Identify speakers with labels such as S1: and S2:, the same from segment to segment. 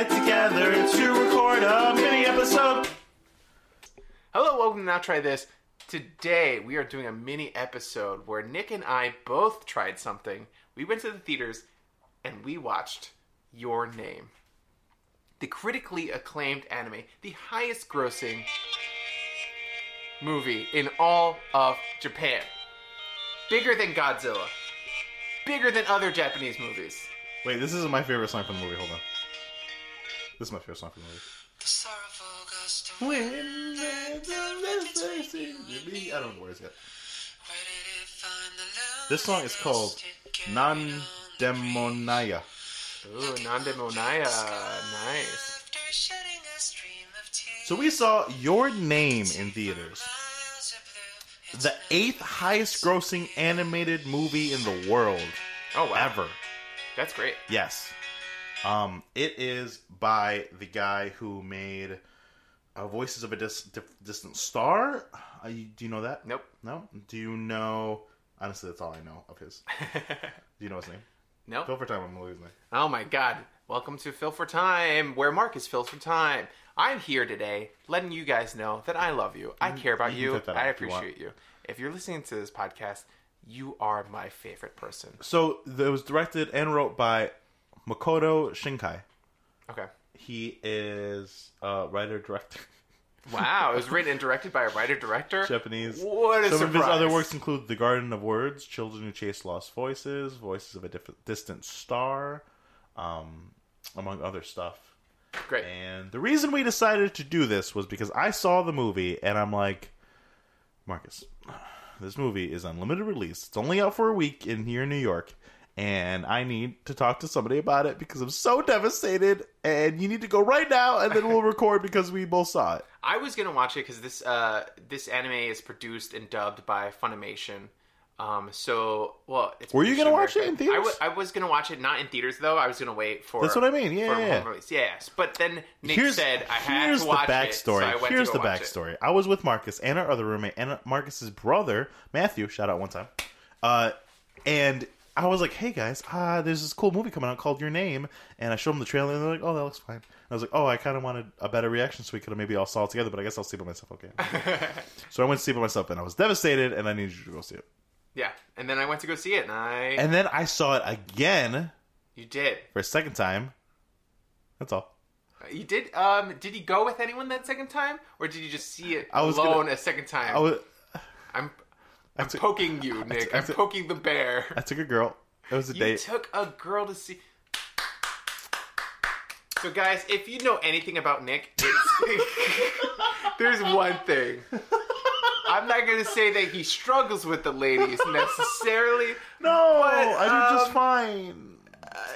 S1: together to record a mini episode.
S2: Hello, welcome to Now Try This. Today we are doing a mini episode where Nick and I both tried something. We went to the theaters and we watched Your Name, the critically acclaimed anime, the highest grossing movie in all of Japan. Bigger than Godzilla, bigger than other Japanese movies.
S1: Wait, this isn't my favorite song from the movie. Hold on. This is my favorite song from the movie. I don't know where it's at. This song is called Nan Demonaya.
S2: Ooh, Nandemonaya, nice.
S1: So we saw Your Name in theaters, the eighth highest grossing animated movie in the world
S2: Oh wow,
S1: ever.
S2: that's great.
S1: Yes. Um, it is by the guy who made uh, Voices of a Dis- Dif- Distant Star. Uh, you, do you know that?
S2: Nope.
S1: No? Do you know. Honestly, that's all I know of his. Do you know his name?
S2: nope.
S1: Go for time, I'm going his name.
S2: Oh my god. Welcome to Phil for Time, where Mark is Phil for Time. I'm here today letting you guys know that I love you. I care about
S1: you
S2: you.
S1: can cut that
S2: I
S1: out if you want.
S2: appreciate you. If you're listening to this podcast, you are my favorite person.
S1: So it was directed and wrote by Makoto Shinkai.
S2: Okay.
S1: He is a writer director,
S2: Wow. it was written and directed by a writer director.
S1: Japanese.
S2: What a
S1: Some of his
S2: surprise.
S1: other works include The Garden of Words, Children Who Chase Lost Voices, Voices of a Dif- Distant Star, um, among other stuff.
S2: Great.
S1: And the reason we decided to do this was because I saw the movie and I'm like, Marcus, this movie is on limited release. It's only out for a week in here in New York. And I need to talk to somebody about it because I'm so devastated. And you need to go right now, and then we'll record because we both saw it.
S2: I was gonna watch it because this uh, this anime is produced and dubbed by Funimation. Um, so well, it's
S1: Were you gonna watch it in
S2: I wa-
S1: theaters?
S2: I was gonna watch it not in theaters though. I was gonna wait for
S1: That's what I mean.
S2: for
S1: Yeah, yeah,
S2: home
S1: yeah.
S2: release. Yes, but then Nick said I had
S1: here's
S2: to watch
S1: the
S2: it, so
S1: backstory.
S2: I went
S1: here's
S2: to
S1: the
S2: go watch it.
S1: backstory. I was with Marcus and our other roommate and Marcus's brother Matthew. Shout out one time. Uh, and I was like, "Hey guys, ah, there's this cool movie coming out called Your Name," and I showed them the trailer, and they're like, "Oh, that looks fine." And I was like, "Oh, I kind of wanted a better reaction, so we could have maybe all saw it together." But I guess I'll see it by myself. Okay. so I went to see it by myself, and I was devastated, and I needed you to go see it.
S2: Yeah, and then I went to go see it, and I
S1: And then I saw it again
S2: you did
S1: for a second time. That's all.
S2: you did um did you go with anyone that second time or did you just see it
S1: I was gonna-
S2: alone a second time?
S1: I was.
S2: I'm
S1: I
S2: I'm
S1: took,
S2: poking you, Nick. I'm
S1: took-
S2: poking the bear.
S1: I took a girl. It was a
S2: You
S1: date.
S2: took a girl to see. So, guys, if you know anything about Nick, it's... there's one thing. I'm not going to say that he struggles with the ladies necessarily.
S1: No,
S2: But,
S1: I do just
S2: um,
S1: fine.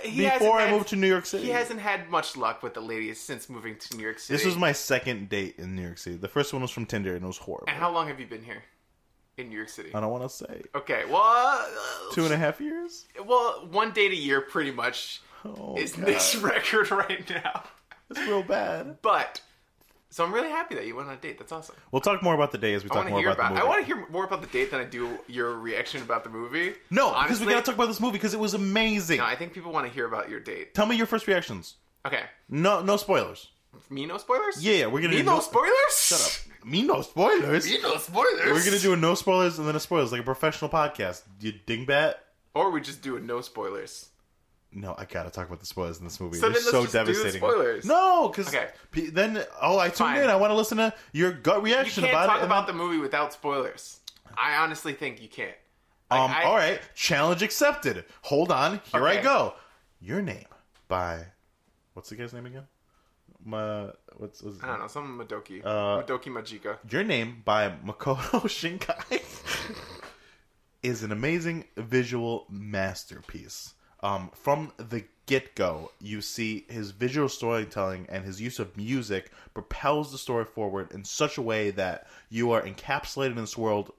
S2: He hasn't
S1: Before I
S2: had-
S1: moved to New York City,
S2: he hasn't had much luck with the ladies since moving to New York City.
S1: this was my second date in New York City. The first one was from Tinder, and it was horrible.
S2: And how long have you been here in New York City?
S1: I don't want to say
S2: Okay, well, uh,
S1: Um, two and a half years.
S2: well, one date a year, pretty much,
S1: Oh,
S2: is
S1: God,
S2: Nick's record right now.
S1: it's real bad.
S2: But so I'm really happy that you went on a date. That's awesome.
S1: We'll talk more about the day as we
S2: I
S1: talk
S2: want to
S1: more
S2: hear
S1: about,
S2: about.
S1: the movie.
S2: I want to hear more about the date than I do your reaction about the movie.
S1: no, because
S2: honestly,
S1: we gotta talk about this movie because it was amazing.
S2: No, I think people want to hear about your date.
S1: Tell me your first reactions.
S2: Okay,
S1: No, no spoilers.
S2: me no spoilers.
S1: Yeah, yeah, we're gonna
S2: me
S1: do
S2: no
S1: no-
S2: spoilers.
S1: Shut up. Me no spoilers.
S2: Me no spoilers.
S1: We're gonna do a no spoilers and then a spoilers like a professional podcast. You dingbat.
S2: or we just do a no spoilers.
S1: No, I gotta talk about the spoilers in this movie.
S2: So
S1: They're
S2: then let's
S1: so
S2: just do the
S1: devastating.
S2: spoilers.
S1: No, because
S2: Okay.
S1: then oh, I tuned
S2: Fine.
S1: in. I want to listen to your gut
S2: You
S1: reaction
S2: can't
S1: about
S2: talk
S1: it. and
S2: about the movie without spoilers. I honestly think you can't.
S1: then- um,
S2: I-
S1: all right, challenge accepted. Hold on, here I
S2: Okay.
S1: go. Your name by what's the guy's name again? My what's, what's
S2: I don't know. Some Madoki,
S1: Uh,
S2: Madoki Majika.
S1: Your Name by Makoto Shinkai is an amazing visual masterpiece. Um, from the get go, you see his visual storytelling and his use of music propels the story forward in such a way that you are encapsulated in this world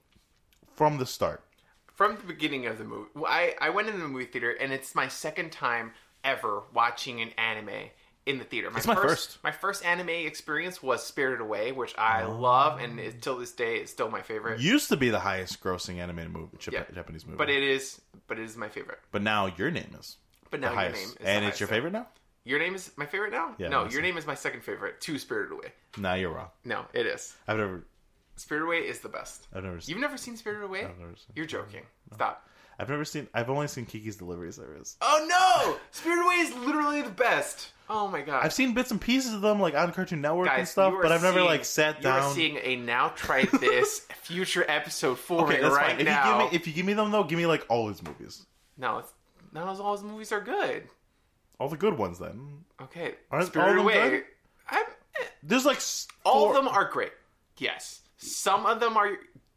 S1: from the start.
S2: from the beginning of the movie well, I, I went in the movie theater and it's my second time ever watching an anime in the theater my
S1: It's my first. Oh.
S2: my first anime experience was spirited away which i love and is, till this day is still my favorite
S1: Used to be the highest grossing animated movie, Jap-
S2: Yeah.
S1: Japanese movie,
S2: but it is but it is my favorite
S1: but now Your Name is
S2: but now
S1: the
S2: your
S1: highest,
S2: name is the
S1: and it's your
S2: highest.
S1: favorite now.
S2: Your name is my favorite now.
S1: Yeah,
S2: no,
S1: mine is
S2: your name is my second favorite. Two Spirited Away.
S1: Nah, you're wrong.
S2: No, it is.
S1: I've never,
S2: Spirited Away is the best.
S1: I've never,
S2: You've never seen Spirited Away?
S1: I've never seen.
S2: You're joking. Stop.
S1: I've never seen. I've only seen Kiki's Delivery Service.
S2: Oh no! Spirited Away is literally the best. Oh my god.
S1: I've seen bits and pieces of them, like on Cartoon Network and
S2: Guys,
S1: stuff,
S2: you are
S1: but I've never
S2: seeing-
S1: like sat
S2: You are
S1: down.
S2: seeing a now try this future episode for
S1: okay,
S2: it
S1: that's
S2: right
S1: fine. If
S2: now.
S1: you give me, if you give me them though, give me like all his movies,
S2: no, it's, not all his movies are good.
S1: all the good ones. Then
S2: Okay,
S1: Aren't all of
S2: Spirited
S1: them
S2: Away.
S1: good?
S2: I'm, eh,
S1: there's like s-
S2: all
S1: four-
S2: of them are great. Yes, some of them are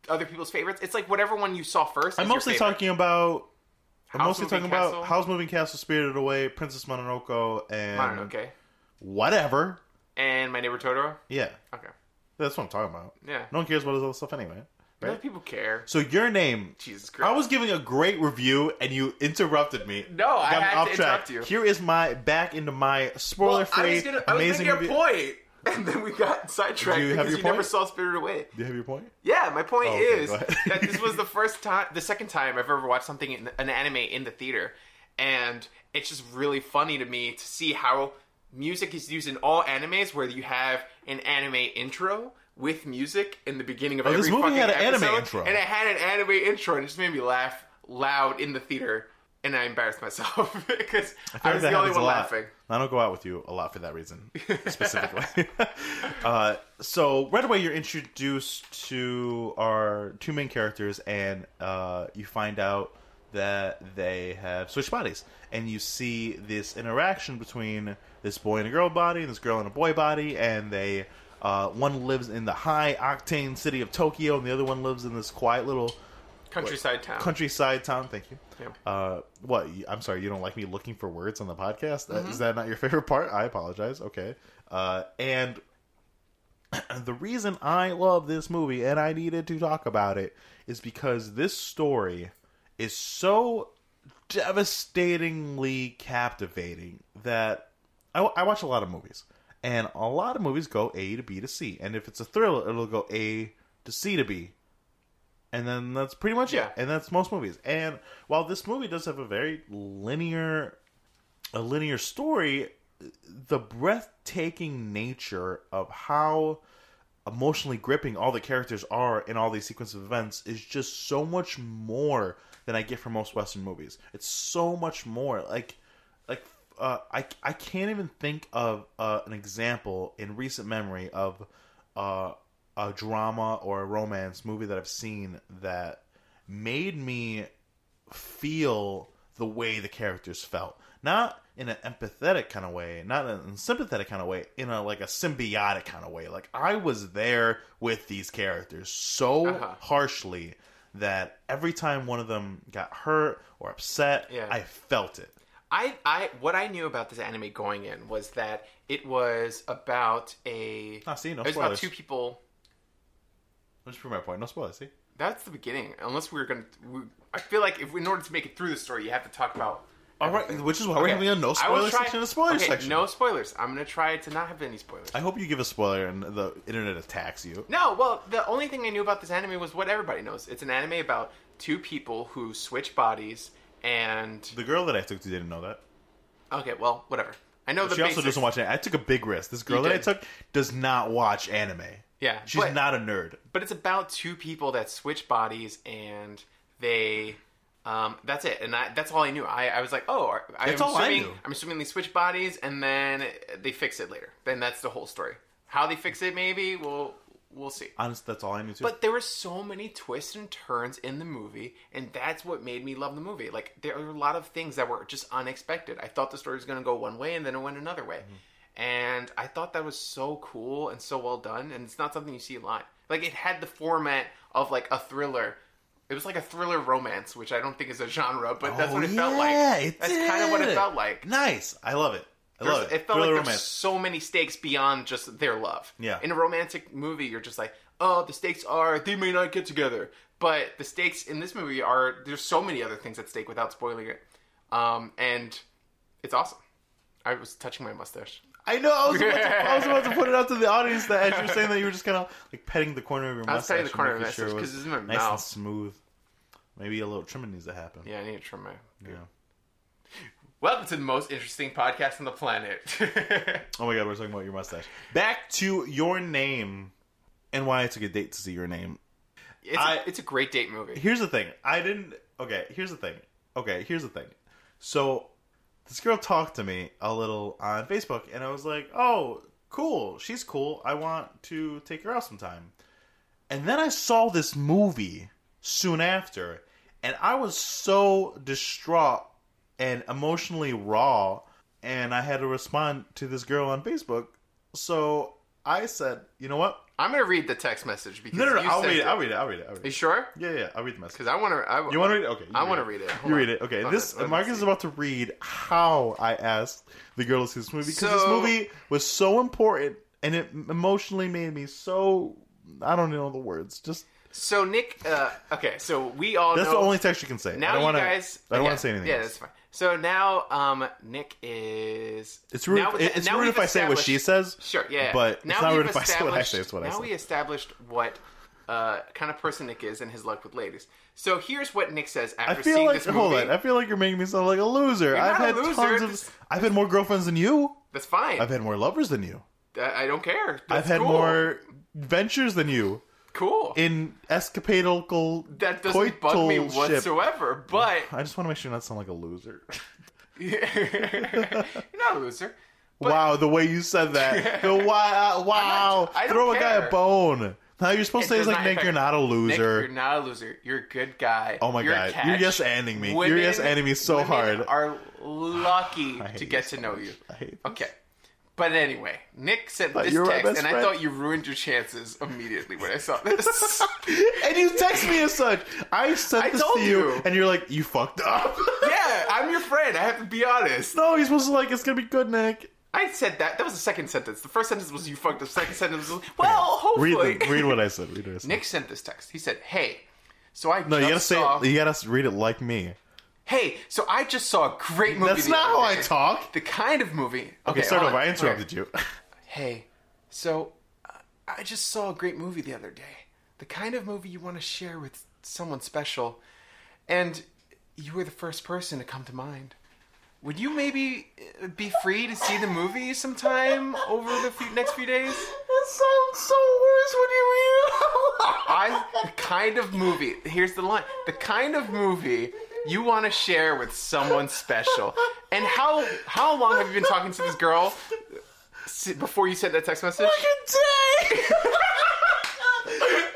S2: other people's favorites. It's like whatever one you saw first.
S1: I'm
S2: is your
S1: mostly
S2: favorite.
S1: talking about. I'm
S2: House
S1: mostly talking
S2: Moving Castle?
S1: about House Moving Castle, Spirited Away, Princess Mononoke, and
S2: I don't know. Okay,
S1: whatever.
S2: and My Neighbor Totoro.
S1: Yeah,
S2: Okay,
S1: that's what I'm talking about.
S2: yeah.
S1: No one cares about his other stuff anyway,
S2: No
S1: right?
S2: people care.
S1: So your name,
S2: Jesus Christ.
S1: I was giving a great review and you interrupted me.
S2: no, I
S1: Got me
S2: had to interrupt you.
S1: Here is my back into my
S2: Well, I
S1: spoiler-free
S2: was, gonna, I was
S1: amazing
S2: making a
S1: review.
S2: point, and then we got sidetracked
S1: Do you have
S2: because
S1: your
S2: you never
S1: point?
S2: saw Spirited Away.
S1: Do you have your point?
S2: Yeah, my point
S1: Oh, okay,
S2: is
S1: go ahead.
S2: that this was the first time, the second time I've ever watched something in an anime in the theater, and it's just really funny to me to see how music is used in all animes, where you have an anime intro with music in the beginning of
S1: Oh, this
S2: every
S1: movie
S2: fucking
S1: had an
S2: episode,
S1: anime intro.
S2: and it had an anime intro, and it just made me laugh loud in the theater, and I embarrassed myself because I,
S1: feel
S2: was
S1: like
S2: the
S1: that
S2: only
S1: happens a
S2: one
S1: lot.
S2: laughing.
S1: I don't go out with you a lot for that reason, specifically. uh, so right away, you're introduced to our two main characters, and uh, you find out that they have switched bodies, and you see this interaction between this boy and a girl body, and this girl and a boy body, and they. Uh, one lives in the high octane city of Tokyo, and the other one lives in this quiet little
S2: Countryside town.
S1: countryside town. Thank you.
S2: Yeah.
S1: Uh, what? you- I'm sorry, you don't like me looking for words on the podcast? Uh, Is that not your favorite part? I apologize. Okay. Uh, and the reason I love this movie and I needed to talk about it is because this story is so devastatingly captivating that I, I watch a lot of movies, and a lot of movies go A to B to C, and if it's a thriller, it'll go A to C to B, and then that's pretty much
S2: Yeah.
S1: it. And that's most movies. And while this movie does have a very linear, a linear story, the breathtaking nature of how emotionally gripping all the characters are in all these sequence of events is just so much more than I get from most Western movies. It's so much more like like uh, I I can't even think of uh, an example in recent memory of uh, a drama or a romance movie that I've seen that made me feel the way the characters felt not in an empathetic kind of way not in a sympathetic kind of way in a like a symbiotic kind of way like i was there with these characters so
S2: Uh-huh.
S1: harshly that every time one of them got hurt or upset
S2: Yeah.
S1: i felt it
S2: I, I what I knew about this anime going in was that it was about a
S1: Ah, see, no
S2: it was about
S1: spoilers.
S2: two people.
S1: Let's prove my point. No spoilers. See,
S2: That's the beginning. Unless we were gonna, we, I feel like if in order to make it through the story, you have to talk about.
S1: all right, which is why we're
S2: Okay.
S1: having a no
S2: I will
S1: spoiler
S2: try-
S1: section. and A spoiler
S2: okay,
S1: section.
S2: No spoilers. I'm gonna try to not have any spoilers.
S1: I hope you give a spoiler and the internet attacks you.
S2: No, well, the only thing I knew about this anime was what everybody knows. It's an anime about two people who switch bodies and
S1: The girl that I took to didn't know that.
S2: okay, well, whatever. I know the
S1: She also
S2: basics.
S1: doesn't watch. Anime. I took a big risk. This girl
S2: You
S1: that I
S2: did.
S1: took does not watch anime.
S2: Yeah,
S1: She's
S2: but-
S1: not a nerd.
S2: but it's about two people that switch bodies and they um, that's it and I, that's all i knew i, I was like oh are- I'm
S1: That's all I
S2: assuming,
S1: knew.
S2: am assuming they switch bodies and then they fix it later then that's the whole story how they fix it maybe we'll we'll see
S1: Honest, that's all I knew too.
S2: but there were so many twists and turns in the movie and that's what made me love the movie like there were a lot of things that were just unexpected i thought the story was going to go one way and then it went another way
S1: Mm-hmm.
S2: and i thought that was so cool and so well done and it's not something you see a lot like it had the format of like a thriller it was like a thriller romance which i don't think is a genre but that's
S1: Oh,
S2: what it felt like
S1: yeah, it
S2: that's kind of what it
S1: did.
S2: felt like
S1: nice. I love it. I love
S2: there's-
S1: it.
S2: it felt
S1: Thriller
S2: like there's
S1: romance.
S2: so many stakes beyond just their love.
S1: Yeah.
S2: In a romantic movie, you're just like, oh, the stakes are they may not get together, but the stakes in this movie are there's so many other things at stake without spoiling it, um, and it's awesome. I was touching my mustache.
S1: I know. I was, about to, I was about to put it out to the audience that as you were saying that you were just kind of like petting the corner of your
S2: I
S1: mustache.
S2: was petting the
S1: and
S2: corner of
S1: making
S2: my
S1: sure it
S2: mustache
S1: was
S2: 'cause it's in my
S1: nice and
S2: mouth.
S1: smooth. Maybe a little trimming needs to happen.
S2: Yeah, I need to trim my.
S1: Yeah.
S2: Welcome to the most interesting podcast on the planet.
S1: Oh my god, we're talking about your mustache. Back to your name and why I took a date to see your name.
S2: it's, a-
S1: I-
S2: it's a great date movie.
S1: Here's the thing. I didn't okay, here's the thing. Okay, here's the thing. So this girl talked to me a little on Facebook and I was like, Oh, cool, she's cool. I want to take her out sometime. And then I saw this movie soon after, and I was so distraught and emotionally raw, and I had to respond to this girl on Facebook. So I said, you know what?
S2: I'm gonna read the text message because
S1: No, no, no.
S2: you
S1: I'll
S2: sent
S1: read it.
S2: it.
S1: I'll read it. I'll read it. I'll read
S2: You
S1: it.
S2: sure?
S1: Yeah, yeah. I'll read the message.
S2: Because I want to. I,
S1: You want to read it? Okay. you
S2: I want to read it. Hold
S1: You
S2: on.
S1: read it. Okay.
S2: Hold
S1: This
S2: on, let me
S1: Marcus is
S2: see.
S1: about to read how I asked the girl to see this movie because this
S2: So-
S1: movie was so important and it emotionally made me so. I don't know the words. Just
S2: So Nick, uh, okay, so we all
S1: that's
S2: know.
S1: the only text you can say. I
S2: Oh, now
S1: don't
S2: you
S1: wanna,
S2: guys,
S1: I don't
S2: yeah,
S1: want to say anything.
S2: Yeah,
S1: else.
S2: that's fine. So now, um, Nick is.
S1: It's rude.
S2: Now,
S1: it- it's
S2: now
S1: rude
S2: we've
S1: if I say what she
S2: established-
S1: says.
S2: Sure, yeah.
S1: but it's
S2: now
S1: not
S2: we've
S1: rude if I say what I say,
S2: established-
S1: it's what I
S2: now
S1: say.
S2: we established what uh, kind of person Nick is and his luck with ladies. So here's what Nick says
S1: I
S2: after
S1: feel
S2: seeing
S1: like
S2: this movie.
S1: hold on. I feel like you're making me sound like a loser. I've
S2: not a
S1: had
S2: loser,
S1: tons
S2: just-
S1: of. I've had more girlfriends than you.
S2: That's fine.
S1: I've had more lovers than you.
S2: I, I don't care.
S1: I've
S2: That's
S1: had
S2: cool.
S1: more ventures than you
S2: Cool.
S1: in escapadical.
S2: that doesn't bug me
S1: coital ship.
S2: whatsoever. But
S1: I just want to make sure you not sound like a loser.
S2: you're not a loser. But-
S1: wow, the way you said that. The wow, wow.
S2: I don't
S1: Throw a guy
S2: care.
S1: a bone. Now you're supposed
S2: It
S1: to say it's
S2: does
S1: like
S2: not
S1: Nick,
S2: affect-
S1: you're not a
S2: Nick,
S1: loser.
S2: you're not a loser. You're a good guy.
S1: oh my
S2: You're a
S1: god,
S2: catch.
S1: you're yes anding me.
S2: Women-
S1: you're yes anding me so
S2: women
S1: hard.
S2: Are lucky
S1: I hate
S2: to
S1: you
S2: get
S1: so
S2: to know
S1: much.
S2: you.
S1: I hate this.
S2: Okay. But anyway, Nick sent
S1: Thought
S2: this
S1: you were my
S2: text,
S1: best
S2: and I
S1: friend.
S2: thought you ruined your chances immediately when I saw this.
S1: and you text me as such. I sent
S2: I
S1: this
S2: told
S1: to you,
S2: you.
S1: and you're like, you fucked up.
S2: yeah, I'm your friend. I have to be honest.
S1: no, he's supposed to like, it's gonna be good, Nick.
S2: I said that. That was the second sentence. The first sentence was you fucked. The second sentence was well,
S1: Read,
S2: hopefully.
S1: the, read what I said. Read what I said.
S2: Nick sent this text. He said, "Hey, so I
S1: no, you
S2: just
S1: gotta say,
S2: saw.
S1: you gotta read it like me.
S2: Hey, so I just saw a great movie.
S1: That's
S2: the
S1: not how
S2: other
S1: I
S2: day.
S1: talk.
S2: The kind of movie.
S1: Okay, start
S2: hold
S1: over.
S2: on.
S1: I interrupted you.
S2: Hey, so uh, I just saw a great movie the other day. The kind of movie you want to share with someone special. And you were the first person to come to mind. Would you maybe uh, be free to see the movie sometime over the few, next few days?
S1: It sounds so worse when you read
S2: I the kind of movie. Here's the line: the kind of movie you want to share with someone special. And how how long have you been talking to this girl s- before you sent that text message?
S1: Fucking day!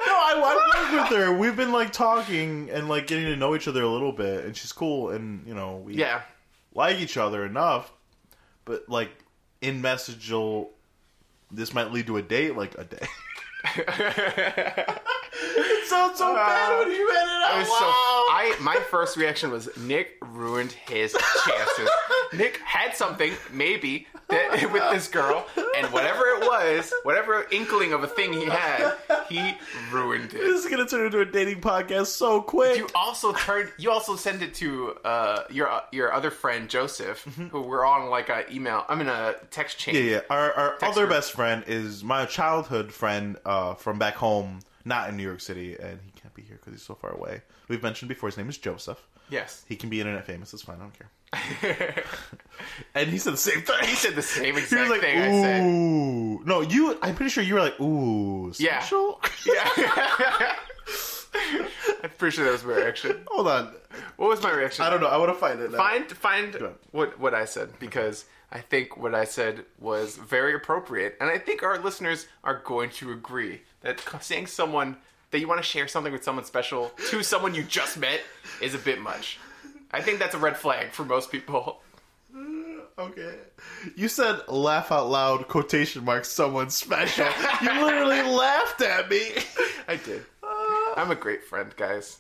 S1: no, I, I work with her. We've been like talking and like getting to know each other a little bit, and she's cool, and you know we
S2: Yeah,
S1: like each other enough. But like in message, you'll this might lead to a date, like a day. it sounds so bad when you read it out
S2: It was so-
S1: loud.
S2: I my first reaction was Nick ruined his chances. Nick had something maybe that, with this girl, and whatever it was, whatever inkling of a thing he had, he ruined it.
S1: this is gonna turn into a dating podcast so quick.
S2: You also turned. You also sent it to uh, your your other friend Joseph, who we're on like a email. I mean a text chain.
S1: Yeah, Mm-hmm. yeah. Our, our other
S2: group.
S1: best friend is my childhood friend uh, from back home, not in New York City, and he can't be here because he's so far away. We've mentioned before his name is Joseph.
S2: Yes.
S1: He can be internet famous. It's fine. I don't care. And he said the same thing. He
S2: said the same
S1: He was
S2: exact
S1: like,
S2: thing I said.
S1: "Ooh, no, you." I'm pretty sure you were like, "Ooh,
S2: Yeah.
S1: special."
S2: Yeah. I'm pretty sure that was my reaction.
S1: Hold on,
S2: What was my reaction?
S1: I don't know. I want to find it. now.
S2: find find
S1: ahead.
S2: what what I said because I think what I said was very appropriate, and I think our listeners are going to agree that saying someone that you want to share something with someone special to someone you just met is a bit much. I think that's a red flag for most people.
S1: Okay. You said laugh out loud quotation marks someone special. you literally laughed at me.
S2: I did. I'm a great friend, guys.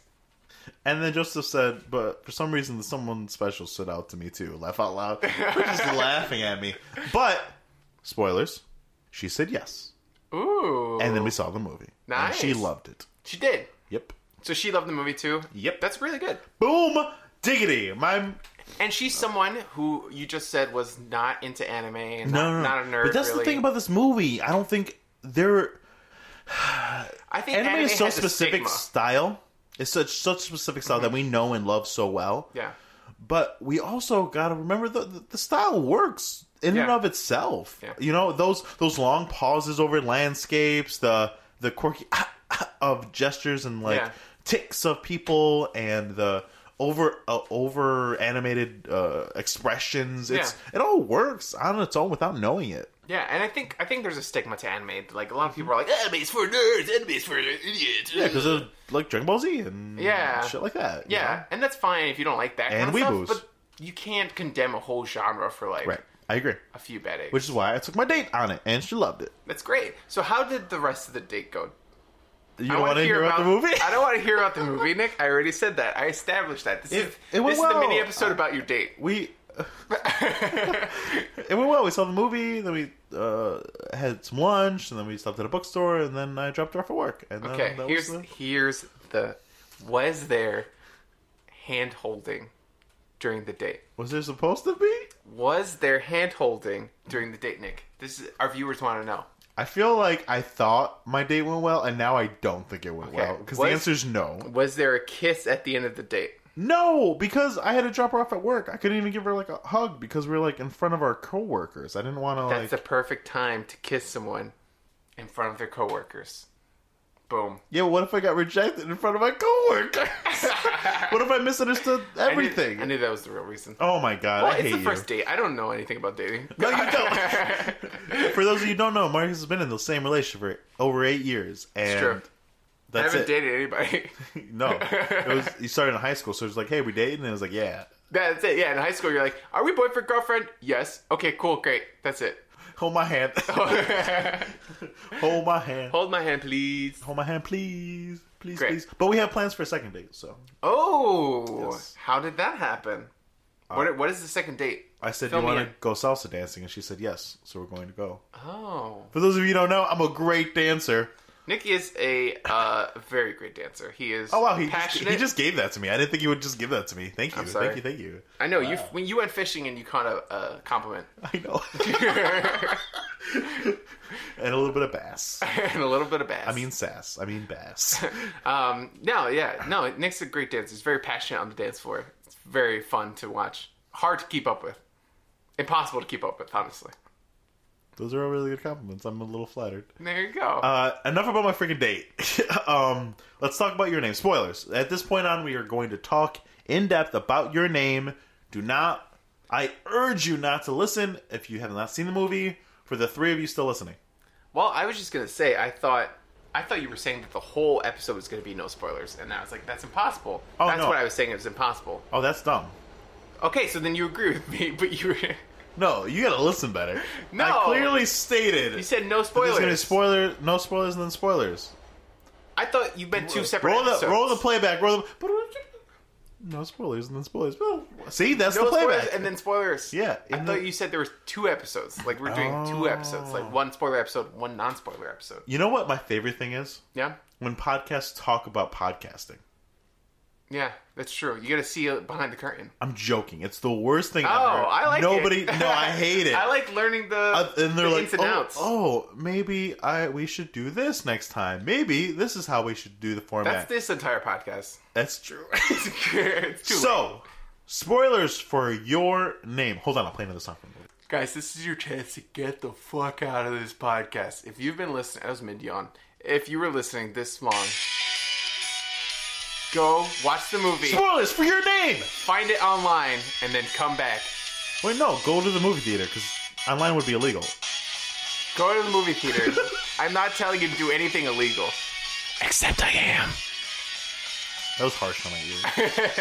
S1: And then Joseph said, but for some reason, someone special stood out to me too. Laugh out loud. They're just laughing at me. But, spoilers, she said yes.
S2: Ooh.
S1: And then we saw the movie. And she
S2: Nice.
S1: loved it.
S2: she did.
S1: Yep.
S2: So she loved the movie too.
S1: Yep.
S2: That's really good.
S1: Boom! Diggity! My.
S2: And she's someone who you just said was not into anime and
S1: No,
S2: not,
S1: no, no.
S2: not a nerd.
S1: But that's
S2: really.
S1: the thing about this movie. I don't think there.
S2: I think
S1: Anime, is so
S2: has a
S1: specific
S2: stigma. Mm-hmm.
S1: style. It's such such specific style that we know and love so well.
S2: Yeah.
S1: But we also got to remember the, the the style works in and
S2: Yeah.
S1: of itself.
S2: Yeah.
S1: You know those those long pauses over landscapes, the the quirky of gestures and like
S2: Yeah.
S1: ticks of people, and the over uh, over animated uh, expressions. It's it all works on its own without knowing it.
S2: Yeah, and I think I think there's a stigma to anime. Like a lot of people are like,
S1: Mm-hmm.
S2: "Eh, anime's for nerds, anime's for idiots.
S1: Yeah, because of like Dragon Ball Z and
S2: Yeah.
S1: shit like that. you
S2: yeah,
S1: know?
S2: and that's fine if you don't like that
S1: And
S2: kind of
S1: weeboos.
S2: stuff. But you can't condemn a whole genre for like
S1: right. I agree.
S2: a few bad eggs.
S1: Which is why I took my date on it, and she loved it.
S2: that's great. So how did the rest of the date go?
S1: You
S2: I
S1: don't want to hear about, the movie?
S2: I don't want to hear about the movie, Nick. I already said that. I established that. This
S1: It-
S2: is
S1: it went
S2: this is the
S1: well. Uh,
S2: mini episode about your date.
S1: we it went well. We saw the movie, then we uh, had some lunch, and then we stopped at a bookstore, and then I dropped her off at work. And then
S2: Okay,
S1: that
S2: here's
S1: was the,
S2: here's the was there hand holding during the date?
S1: was there supposed to be?
S2: Was there hand holding during the date, Nick? This is our viewers want to know.
S1: I feel like I thought my date went well, and now I don't think it went
S2: Okay.
S1: well because the
S2: Was-
S1: answer is no,
S2: Was there a kiss at the end of the date?
S1: no, because I had to drop her off at work. I couldn't even give her like a hug because we were like in front of our coworkers. I didn't want to
S2: That's
S1: like
S2: the perfect time to kiss someone in front of their coworkers. Boom.
S1: yeah. What if I got rejected in front of my coworkers? what if I misunderstood
S2: I knew-
S1: everything?
S2: I knew that was the real reason.
S1: Oh my god,
S2: Well,
S1: I hate
S2: it's the
S1: you.
S2: first date. I don't know anything about dating.
S1: No, you don't. For those of you who don't know, Marcus has been in the same relationship for over eight years, and
S2: true. I
S1: that's
S2: haven't
S1: it.
S2: dated anybody.
S1: no, it was he started in high school, so it was like, "Hey, we dating?" And it was like, "Yeah."
S2: That's it. Yeah, in high school, you're like, are we boyfriend, girlfriend? Yes. Okay, cool, great. That's it.
S1: Hold my hand. Hold my hand.
S2: Hold my hand, please.
S1: Hold my hand, please, please,
S2: Great.
S1: please. But we have plans for a second date, so
S2: Oh,
S1: Yes. Uh,
S2: how did that happen? what, what is the second date?
S1: I said,
S2: Fill
S1: "You
S2: me
S1: want
S2: in.
S1: to go salsa dancing?" And she said, "Yes." So we're going to go.
S2: Oh,
S1: For those of you who don't know, I'm a great dancer.
S2: Nick is a uh, very great dancer. He is.
S1: Oh wow, he just,
S2: passionate.
S1: he just gave that to me. I didn't think he would just give that to me. Thank you,
S2: I'm sorry.
S1: thank you, thank you.
S2: I know
S1: uh,
S2: you when you went fishing and you caught a, a compliment
S1: I know. and a little bit of bass.
S2: and a little bit of bass.
S1: I mean sass. I mean bass.
S2: um, no, yeah, no. Nick's a great dancer. He's very passionate on the dance floor. It's very fun to watch. Hard to keep up with. Impossible to keep up with, honestly.
S1: Those are all really good compliments. I'm a little flattered.
S2: There you go.
S1: Uh, enough about my freaking date. um, let's talk about your name. Spoilers. At this point on, we are going to talk in depth about your name. Do not. I urge you not to listen if you have not seen the movie. For the three of you still listening,
S2: well, I was just gonna say, I thought, I thought you were saying that the whole episode was gonna be no spoilers, and I was like, that's impossible.
S1: Oh,
S2: that's
S1: no.
S2: what I was saying. It was impossible.
S1: oh, that's dumb.
S2: Okay, so then you agree with me, but you were,
S1: No, you gotta listen better.
S2: No.
S1: I clearly stated.
S2: you said no
S1: there's
S2: spoilers.
S1: gonna be spoiler, no spoilers, and then spoilers.
S2: I thought you meant two separate
S1: roll
S2: episodes.
S1: the roll the playback. Roll the no spoilers and then spoilers. Well, See, that's
S2: No
S1: the
S2: spoilers
S1: playback.
S2: and then spoilers.
S1: Yeah,
S2: I
S1: in
S2: thought
S1: the- Oh.
S2: you said there was two episodes. Like we're doing two episodes, like one spoiler episode, one non-spoiler episode.
S1: you know what my favorite thing is
S2: Yeah,
S1: when podcasts talk about podcasting.
S2: yeah, that's true. You got to see it behind the curtain.
S1: I'm joking. It's the worst thing.
S2: Oh,
S1: ever.
S2: I like
S1: nobody.
S2: it.
S1: No, I hate it.
S2: I like learning the
S1: Uh, and they're
S2: the
S1: like,
S2: ins and
S1: oh,
S2: outs.
S1: oh, maybe I we should do this next time. Maybe this is how we should do the format.
S2: That's this entire podcast.
S1: That's true.
S2: it's too late.
S1: so, spoilers for your name. Hold on, I'll play another song from the movie.
S2: guys, this is your chance to get the fuck out of this podcast. If you've been listening, that was mid yawn. If you were listening this long, go watch the movie,
S1: Spoilers for your name.
S2: find it online, and then come back.
S1: Wait, no, go to the movie theater because online would be illegal.
S2: Go to the movie theater. I'm not telling you to do anything illegal, except I am.
S1: That was harsh on my ears.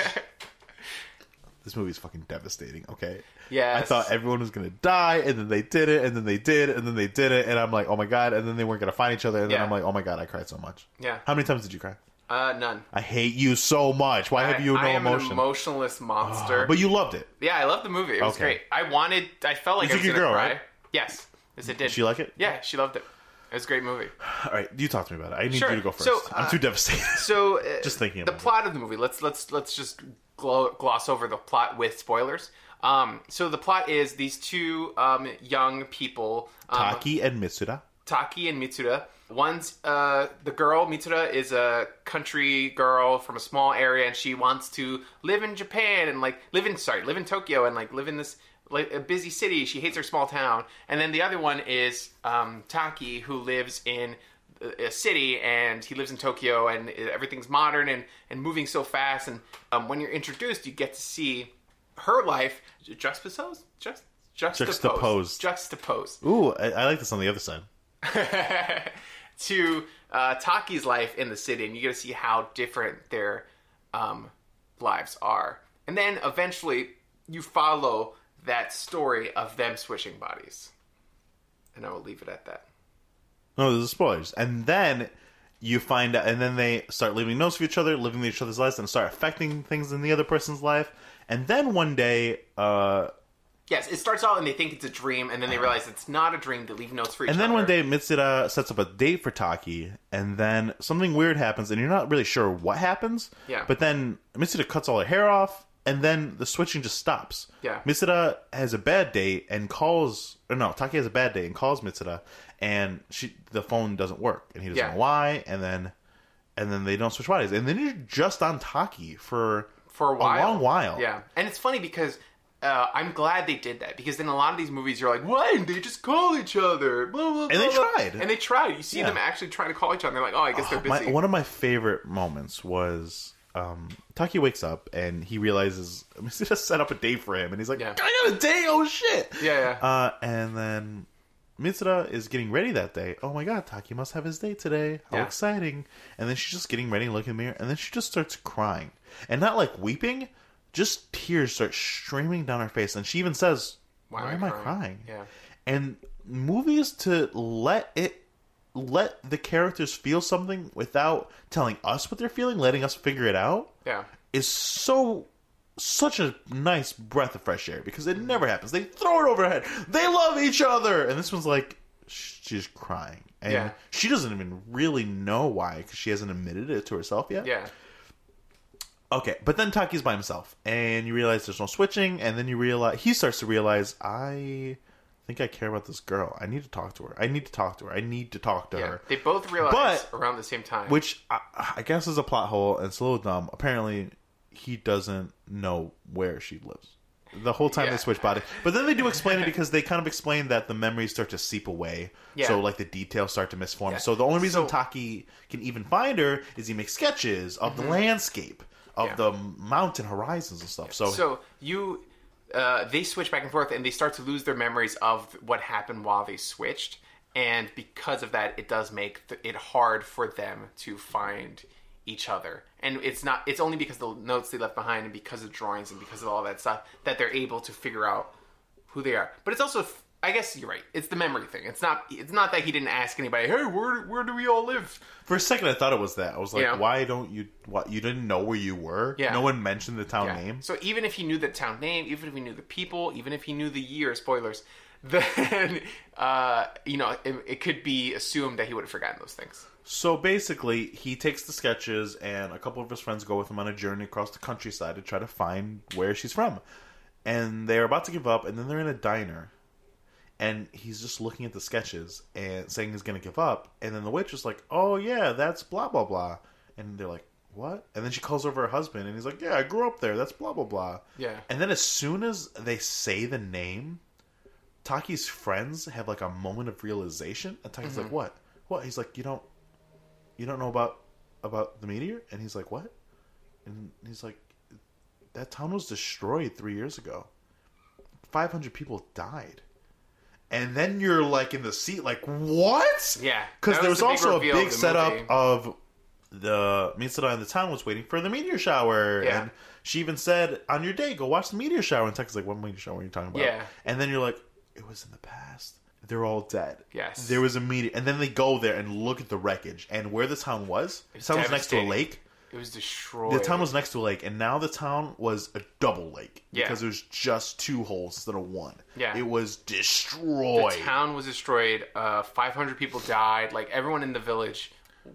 S1: this movie's fucking devastating. Okay.
S2: Yes.
S1: I thought everyone was gonna die, and then they did it, and then they did, and then they did it, and I'm like, oh my god, and then they weren't gonna find each other, and
S2: Yeah.
S1: then I'm like, oh my god, I cried so much.
S2: Yeah.
S1: How many times did you cry?
S2: Uh, none.
S1: I hate you so much. Why have you no
S2: I am
S1: emotion?
S2: an emotionless monster.
S1: but you loved it.
S2: yeah, I love the movie. It was
S1: Okay.
S2: great. I wanted. I felt like
S1: You
S2: I was
S1: took your
S2: gonna
S1: girl,
S2: cry.
S1: right?
S2: Yes, yes, it did.
S1: She like it?
S2: Yeah, she loved it. It was a great movie.
S1: All right, you talk to me about it. I need
S2: Sure.
S1: you to go first.
S2: So, uh,
S1: I'm too devastated.
S2: So uh,
S1: Just thinking
S2: the
S1: about it.
S2: plot of the movie. Let's let's let's just glo- gloss over the plot with spoilers. Um, so the plot is these two um, young people. Um,
S1: Taki and Mitsuda.
S2: Taki and Mitsuda. One's uh, the girl, Mitsuda, is a country girl from a small area, and she wants to live in Japan and like live in sorry, live in Tokyo and like live in this like a busy city. She hates her small town. And then the other one is um, Taki, who lives in a a city and he lives in Tokyo and everything's modern and, and moving so fast and um, when you're introduced you get to see her life juxtaposed just juxtaposed
S1: Juxtaposed.
S2: juxtaposed
S1: Ooh, I, I like this on the other side.
S2: to uh, Taki's life in the city, and you get to see how different their um, lives are. And then eventually, you follow that story of them switching bodies. And I will leave it at that.
S1: No, there's spoilers. And then you find out, and then they start leaving notes for each other, living each other's lives, and start affecting things in the other person's life. And then one day, uh,
S2: Yes, it starts out and they think it's a dream, and then they realize it's not a dream. They leave notes for each
S1: Uh-huh. and then
S2: other.
S1: one day, Mitsuda sets up a date for Taki, and then something weird happens, and you're not really sure what happens.
S2: Yeah.
S1: But then Mitsuda cuts all her hair off, and then the switching just stops.
S2: Yeah.
S1: Mitsuda has a bad date and calls, or no, Taki has a bad date and calls Mitsuda, and she the phone doesn't work, and he doesn't
S2: Yeah.
S1: know why, and then and then they don't switch bodies, and then you're just on Taki for
S2: for a while.
S1: long while.
S2: Yeah, and it's funny because uh, I'm glad they did that because in a lot of these movies you're like, why didn't they just call each other? Blah, blah,
S1: And they
S2: blah, blah."
S1: tried.
S2: and they tried. You see
S1: Yeah.
S2: them actually trying to call each other. and They're like, oh, I guess they're
S1: My-
S2: busy.
S1: one of my favorite moments was um, Taki wakes up and he realizes Mitsuda set up a date for him, and he's like,
S2: Yeah.
S1: "I got a date! Oh shit!"
S2: Yeah, yeah.
S1: Uh, and then Mitsuda is getting ready that day. Oh my god, Taki must have his date today. How
S2: Yeah.
S1: exciting! And then she's just getting ready, and looking in the mirror, and then she just starts crying, and not like weeping, just tears start streaming down her face, and she even says, "Why,
S2: am I
S1: am I
S2: crying?"
S1: crying?"
S2: Yeah.
S1: and movies to let it let the characters feel something without telling us what they're feeling letting us figure it out
S2: yeah.
S1: is so such a nice breath of fresh air because it never happens they throw it overhead they love each other and this one's like sh- she's crying and
S2: Yeah.
S1: she doesn't even really know why because she hasn't admitted it to herself yet
S2: Yeah.
S1: Okay, but then Taki's by himself, and you realize there's no switching, and then you realize he starts to realize I think I care about this girl. I need to talk to her. I need to talk to her. I need to talk to
S2: Yeah.
S1: her.
S2: They both realize
S1: But-
S2: around the same time.
S1: Which I, I guess is a plot hole and it's a little dumb. Apparently, he doesn't know where she lives the whole time
S2: Yeah.
S1: they switch body. But then they do explain it because they kind of explain that the memories start to seep away.
S2: Yeah.
S1: So like the details start to misform.
S2: Yeah.
S1: So the only reason
S2: So-
S1: Taki can even find her is he makes sketches of the landscape. Of
S2: Mm-hmm. Yeah.
S1: the mountain horizons and stuff. So
S2: so you, uh, they switch back and forth, and they start to lose their memories of what happened while they switched, and because of that, it does make th- it hard for them to find each other. And it's not. It's only because of the notes they left behind, and because of drawings, and because of all that stuff, that they're able to figure out who they are. But it's also, f- I guess you're right. It's the memory thing. It's not. It's not that he didn't ask anybody. Hey, where where do we all live?
S1: For a second, I thought it was that. I was like,
S2: Yeah.
S1: "Why don't you? What you didn't know where you were?
S2: Yeah.
S1: No one mentioned the town
S2: Yeah.
S1: name.
S2: So even if he knew the town name, even if he knew the people, even if he knew the year, spoilers, then uh, you know it, it could be assumed that he would have forgotten those things.
S1: So basically, he takes the sketches, and a couple of his friends go with him on a journey across the countryside to try to find where she's from. And they're about to give up, and then they're in a diner, and he's just looking at the sketches and saying he's going to give up. And then the witch is like, "Oh yeah, that's blah blah blah," and they're like, "What?" And then she calls over her husband, and he's like, "Yeah, I grew up there. That's blah blah blah."
S2: Yeah.
S1: And then as soon as they say the name, Taki's friends have like a moment of realization, and Taki's
S2: Mm-hmm.
S1: like, "What? What?" He's like, "You don't, you don't know about about the meteor?" And he's like, "What?" And he's like, "That town was destroyed three years ago. Five hundred people died." And then you're like in the seat, like, "What?"
S2: Yeah,
S1: because
S2: that
S1: there
S2: was
S1: was,
S2: the
S1: also
S2: big
S1: a
S2: reveal of
S1: big
S2: the
S1: setup
S2: movie.
S1: of the Mitsuda in the town was waiting for the meteor shower,
S2: Yeah.
S1: and she even said, "On your day, go watch the meteor shower." And Tucker's like, "What meteor shower are you talking about?"
S2: Yeah.
S1: and then you're like, "It was in the past. They're all dead."
S2: Yes.
S1: there was a meteor, and then they go there and look at the wreckage and where the town was. The town was next to a
S2: devastating.
S1: lake.
S2: It was destroyed.
S1: The town was next to a lake, and now the town was a double lake
S2: Yeah.
S1: because it was just two holes instead of one.
S2: Yeah.
S1: it was
S2: The
S1: destroyed.
S2: town was destroyed. Uh, Five hundred people died. Like everyone in the village,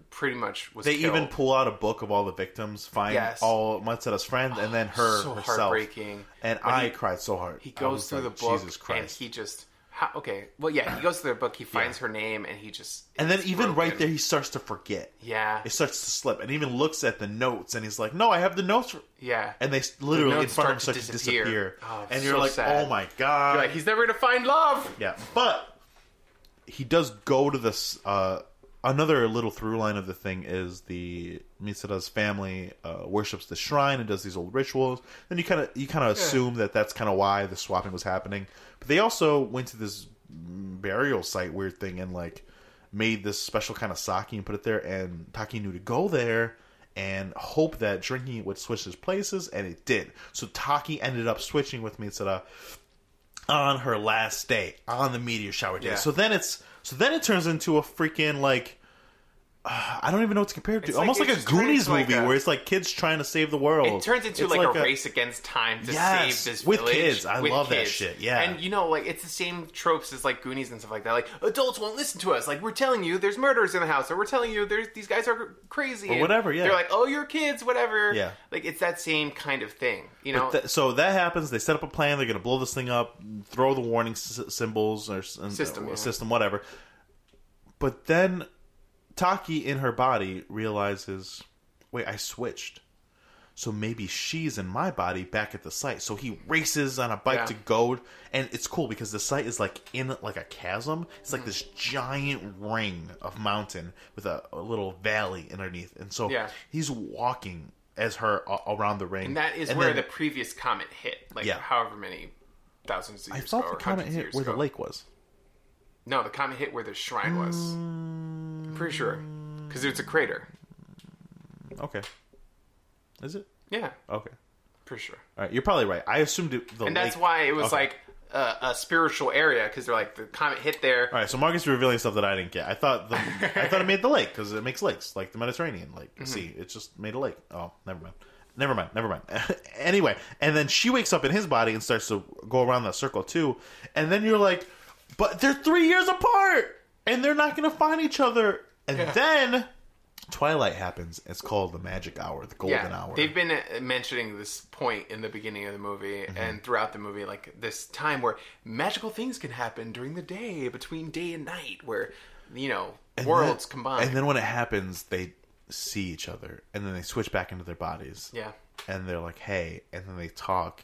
S2: pretty much was.
S1: They
S2: killed.
S1: even pull out a book of all the victims, find
S2: Yes. Oh,
S1: all Matsuda's friends, and then her
S2: so
S1: herself.
S2: heartbreaking.
S1: And I cried so hard.
S2: He goes through the book,
S1: Jesus
S2: and
S1: Christ!
S2: he just How, okay. Well, yeah, he goes to their book. He finds her name, and he just
S1: And then
S2: it's
S1: even right
S2: broken.
S1: there, he starts to forget.
S2: Yeah,
S1: It starts to slip, and even looks at the notes, and he's like, "No, I have the notes." For-.
S2: yeah.
S1: And they s- literally in
S2: notes
S1: front of him
S2: start
S1: start
S2: to
S1: to
S2: disappear.
S1: disappear,
S2: Oh,
S1: and
S2: so
S1: you're like,
S2: sad.
S1: "Oh my god!"
S2: You're like he's never gonna find love.
S1: Yeah, but he does go to this. Uh, another little through line of the thing is the Misada's family uh, worships the shrine and does these old rituals. Then you kind of you kind of assume that that's kind of why the swapping was happening. But they also went to this burial site weird thing and like made this special kind of sake and put it there. And Taki knew to go there. And hope that drinking it would switch his places, and it did. So Taki ended up switching with Mitsuda, on her last day on the meteor shower day.
S2: Yeah.
S1: So then it's so then it turns into a freaking like uh, I don't even know what to compare it to.
S2: It's like-
S1: Almost
S2: it
S1: like a
S2: just turns
S1: Goonies
S2: like
S1: movie
S2: a-
S1: where it's like kids trying to save the world.
S2: It turns into
S1: It's
S2: like, a, race against time to
S1: Yes,
S2: save this
S1: with
S2: village
S1: kids. I love that shit, yeah.
S2: and you know, like it's the same tropes as like Goonies and stuff like that. Like adults won't listen to us. Like we're telling you there's murders in the house, or we're telling you there's these guys are crazy, and
S1: whatever, yeah.
S2: they're like, oh, you're kids, whatever.
S1: Yeah.
S2: like it's that same kind of thing. You know,
S1: Th- so that happens. They set up a plan. They're going to blow this thing up, throw the warning s- symbols or s- and-
S2: System,
S1: or
S2: yeah.
S1: system, whatever. But then Taki in her body realizes, wait, I switched. So maybe she's in my body back at the site. So he races on a bike
S2: Yeah.
S1: to go, and it's cool because the site is like in like a chasm. It's
S2: Mm-hmm.
S1: like this giant ring of mountain with a, a little valley underneath, and so
S2: Yeah.
S1: he's walking as her a- around the ring.
S2: and that is
S1: And
S2: where
S1: then-
S2: the previous comet hit. Like
S1: Yeah.
S2: however many thousands of
S1: I
S2: years
S1: thought
S2: ago,
S1: the
S2: or
S1: comet
S2: hundreds of
S1: hit
S2: years
S1: where the
S2: ago.
S1: lake was.
S2: No, the comet hit where the shrine was. I'm
S1: Mm.
S2: pretty sure because it's a crater.
S1: Okay. Is it?
S2: Yeah,
S1: Okay.
S2: pretty sure.
S1: All right. You're probably right. I assumed it, the
S2: and that's
S1: lake-
S2: why it was
S1: okay.
S2: like a, a spiritual area because they're like the comet hit there.
S1: All right. So Marcus is revealing stuff that I didn't get. I thought the I thought it made the lake because it makes lakes like the Mediterranean like
S2: Mm-hmm.
S1: sea. It just made a lake. Oh, never mind. Never mind. Never mind. anyway, and then she wakes up in his body and starts to go around that circle too. And then you're like, but they're three years apart and they're not going to find each other. And
S2: Yeah.
S1: then twilight happens. It's called the magic hour, the golden
S2: yeah,
S1: hour.
S2: they've been uh, mentioning this point in the beginning of the movie
S1: Mm-hmm.
S2: and throughout the movie, like this time where magical things can happen during the day between day and night, where you know worlds
S1: then-
S2: combine.
S1: And then when it happens, they see each other, and then they switch back into their bodies.
S2: yeah,
S1: And they're like, "Hey," and then they talk,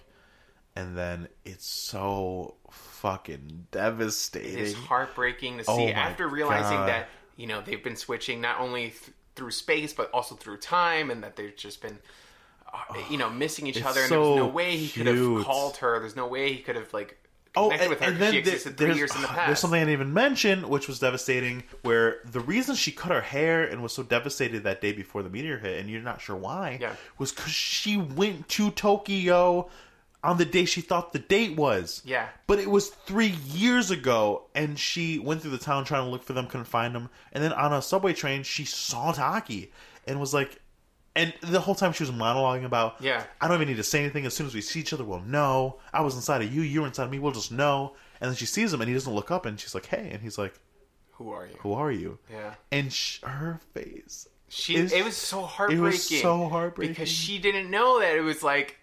S1: and then it's so fucking devastating.
S2: it's heartbreaking to see
S1: Oh my
S2: after realizing
S1: God.
S2: that you know they've been switching not only th- through space but also through time, and that they've just been. uh, You know, missing each other, and there's no
S1: so
S2: way he could have
S1: cute.
S2: called her. There's no way he could have like
S1: Oh,
S2: connected
S1: and,
S2: with her.
S1: and
S2: 'cause
S1: then
S2: she
S1: there-
S2: existed three
S1: there's-
S2: years in the
S1: ah,
S2: past.
S1: There's something I didn't even mention, which was devastating. Where the reason she cut her hair and was so devastated that day before the meteor hit, and you're not sure why,
S2: Yeah.
S1: was because she went to Tokyo on the day she thought the date was.
S2: Yeah.
S1: But it was three years ago, and she went through the town trying to look for them, couldn't find them. And then on a subway train, she saw Taki and was like, and the whole time she was monologuing about,
S2: Yeah.
S1: I don't even need to say anything. As soon as we see each other, we'll know. I was inside of you, you were inside of me, we'll just know. And then she sees him, and he doesn't look up, and she's like, hey. And he's like,
S2: Who are you?
S1: who are you?
S2: Yeah.
S1: And sh- her face.
S2: She.
S1: It's-
S2: it was so
S1: It
S2: heartbreaking.
S1: was so heartbreaking.
S2: because she didn't know that it was like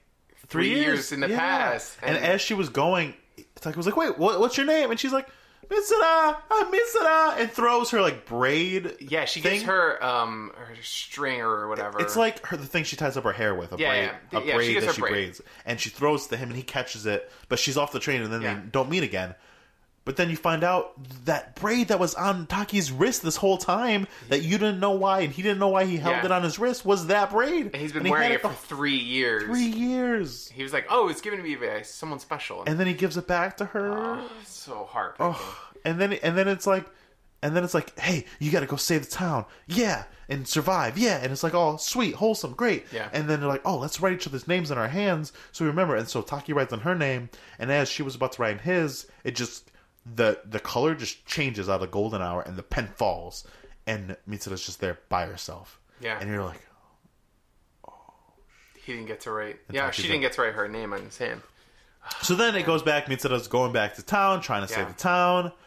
S2: three, years. in the
S1: yeah.
S2: past.
S1: And, as she was going, Taki was like, "Wait, what, what's your name?" And she's like, "Mitsuda, I'm Mitsuda," and throws her like braid.
S2: yeah, she gets
S1: thing-
S2: her um her string or whatever.
S1: It's like her, the thing she ties up her hair with a
S2: Yeah,
S1: braid,
S2: yeah.
S1: a
S2: Yeah, she
S1: braid that
S2: gets her
S1: she
S2: braid.
S1: braids, and she throws to him, and he catches it. But she's off the train, and then
S2: Yeah.
S1: they don't meet again. But then you find out that braid that was on Taki's wrist this whole time that you didn't know why, and he didn't know why he held
S2: Yeah.
S1: it on his wrist was that braid.
S2: and he's been
S1: he had
S2: wearing it for
S1: the
S2: three years.
S1: three years.
S2: He was like, "Oh, it's given to me by someone special." And,
S1: And then he gives it back to her.
S2: so heartbreaking.
S1: Oh. and then and then it's like and then it's like hey you gotta go save the town yeah and survive yeah and it's like oh sweet wholesome great
S2: Yeah.
S1: and then they're like oh let's write each other's names in our hands so we remember and so taki writes on her name and as she was about to write in his it just the the color just changes out of the golden hour and the pen falls and mitsuda's just there by herself
S2: Yeah.
S1: and you're like
S2: He didn't get to write. Yeah,
S1: Taki's
S2: she
S1: like-
S2: didn't get to write her name on his hand.
S1: So then it goes back. Mitsuda's going back to town, trying to
S2: Yeah.
S1: save the town.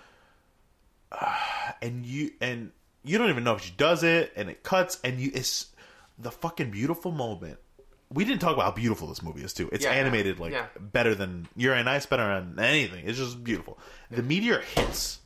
S1: Ah, And you and you don't even know if she does it, and it cuts, and you it's the fucking beautiful moment we didn't talk about how beautiful this movie is too. It's
S2: Yeah.
S1: animated like
S2: Yeah.
S1: better than Yuri and I spent on anything. It's just beautiful. The meteor hits,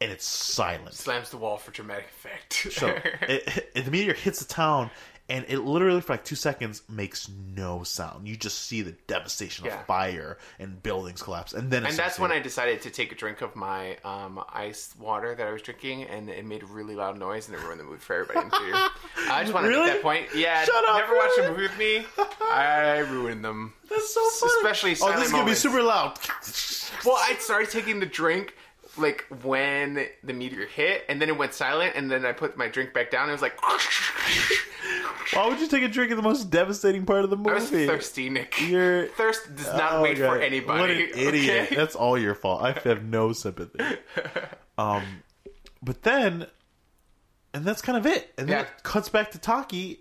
S1: and it's silent.
S2: Slams the wall for dramatic effect.
S1: So it, it- the meteor hits the town, and it literally for like two seconds makes no sound. You just see the devastation
S2: Yeah.
S1: of fire and buildings collapse, and then it
S2: and
S1: starts
S2: that's when
S1: to-
S2: I decided to take a drink of my um, ice water that I was drinking, and it made a really loud noise, and it ruined the mood for everybody in the theater. I just want to
S1: Really?
S2: make that point. Yeah,
S1: Shut up,
S2: never watch a
S1: really?
S2: movie with me. I ruined them.
S1: That's so funny.
S2: especially
S1: oh, this is gonna be
S2: silent
S1: super loud.
S2: Well, I started taking the drink like when the meteor hit, and then it went silent, and then I put my drink back down. And it was like
S1: Why would you take a drink of the most devastating part of the movie?
S2: I was thirsty, Nick.
S1: You're-
S2: Thirst does not
S1: Oh,
S2: wait for
S1: God.
S2: anybody.
S1: What an idiot!
S2: okay?
S1: That's all your fault. I have no sympathy. Um, but then, and that's kind of it. And then
S2: Yeah.
S1: it cuts back to Taki,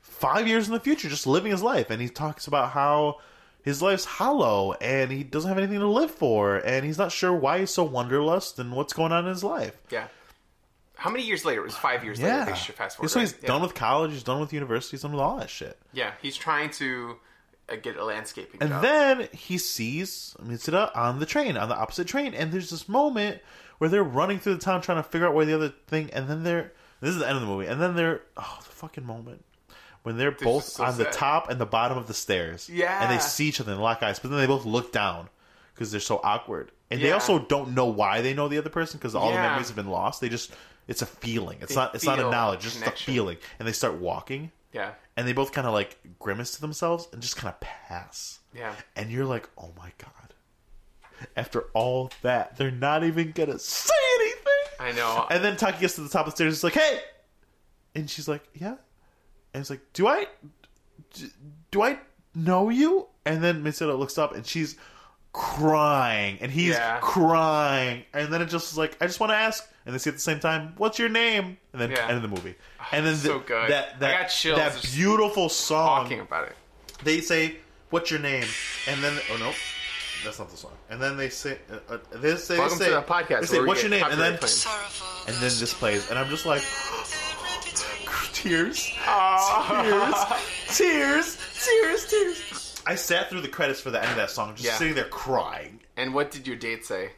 S1: five years in the future, just living his life, and he talks about how his life's hollow and he doesn't have anything to live for, and he's not sure why he's so wanderlust and what's going on in his life.
S2: Yeah. How many years later? It was five years
S1: Yeah,
S2: later. They should fast forward.
S1: so he's
S2: right? Yeah.
S1: done with college, he's done with university, he's done with all that shit.
S2: Yeah, he's trying to uh, get a landscaping
S1: And
S2: job.
S1: then he sees Mitsuda on the train, on the opposite train, and there's this moment where they're running through the town trying to figure out where the other thing, and then they're this is the end of the movie, and then they're oh the fucking moment when they're both
S2: is so
S1: on the
S2: sad.
S1: top and the bottom of the stairs,
S2: Yeah.
S1: and they see each other and lock eyes, but then they both look down because they're so awkward, and they
S2: Yeah.
S1: also don't know why they know the other person because all the
S2: Yeah.
S1: memories have been lost. They just it's a feeling. It's
S2: They
S1: not it's not a
S2: feel
S1: knowledge, just
S2: connection.
S1: a feeling, and they start walking,
S2: yeah,
S1: and they both kind of like grimace to themselves and just kind of pass
S2: yeah.
S1: and you're like, oh my god. After all that, they're not even gonna say anything.
S2: I know.
S1: And then Taki gets to the top of the stairs. It's like, hey, and she's like, yeah. And it's like, do I, d- do I know you? And then Mitsuda looks up and she's crying, and he's
S2: Yeah.
S1: crying, and then it just is like, I just want to ask. And they say at the same time, "What's your name?" And then
S2: Yeah. Ah,
S1: end of the movie. And then
S2: so
S1: th-
S2: good. I
S1: that that
S2: got chills
S1: that
S2: just
S1: beautiful song
S2: Talking about it.
S1: they say, "What's your name?" And then, oh no, that's not the song. And then they say, uh, uh, they say,
S2: Welcome
S1: they
S2: to
S1: say,
S2: the podcast
S1: They say,
S2: where we
S1: "What's your
S2: get
S1: name?" And then,
S2: copyright claims.
S1: and then this plays, and I'm just like, tears,
S2: Ah.
S1: tears,
S2: Aw.
S1: tears, tears, tears. I sat through the credits for the end of that song, just
S2: Yeah.
S1: sitting there crying
S2: and what did your date say?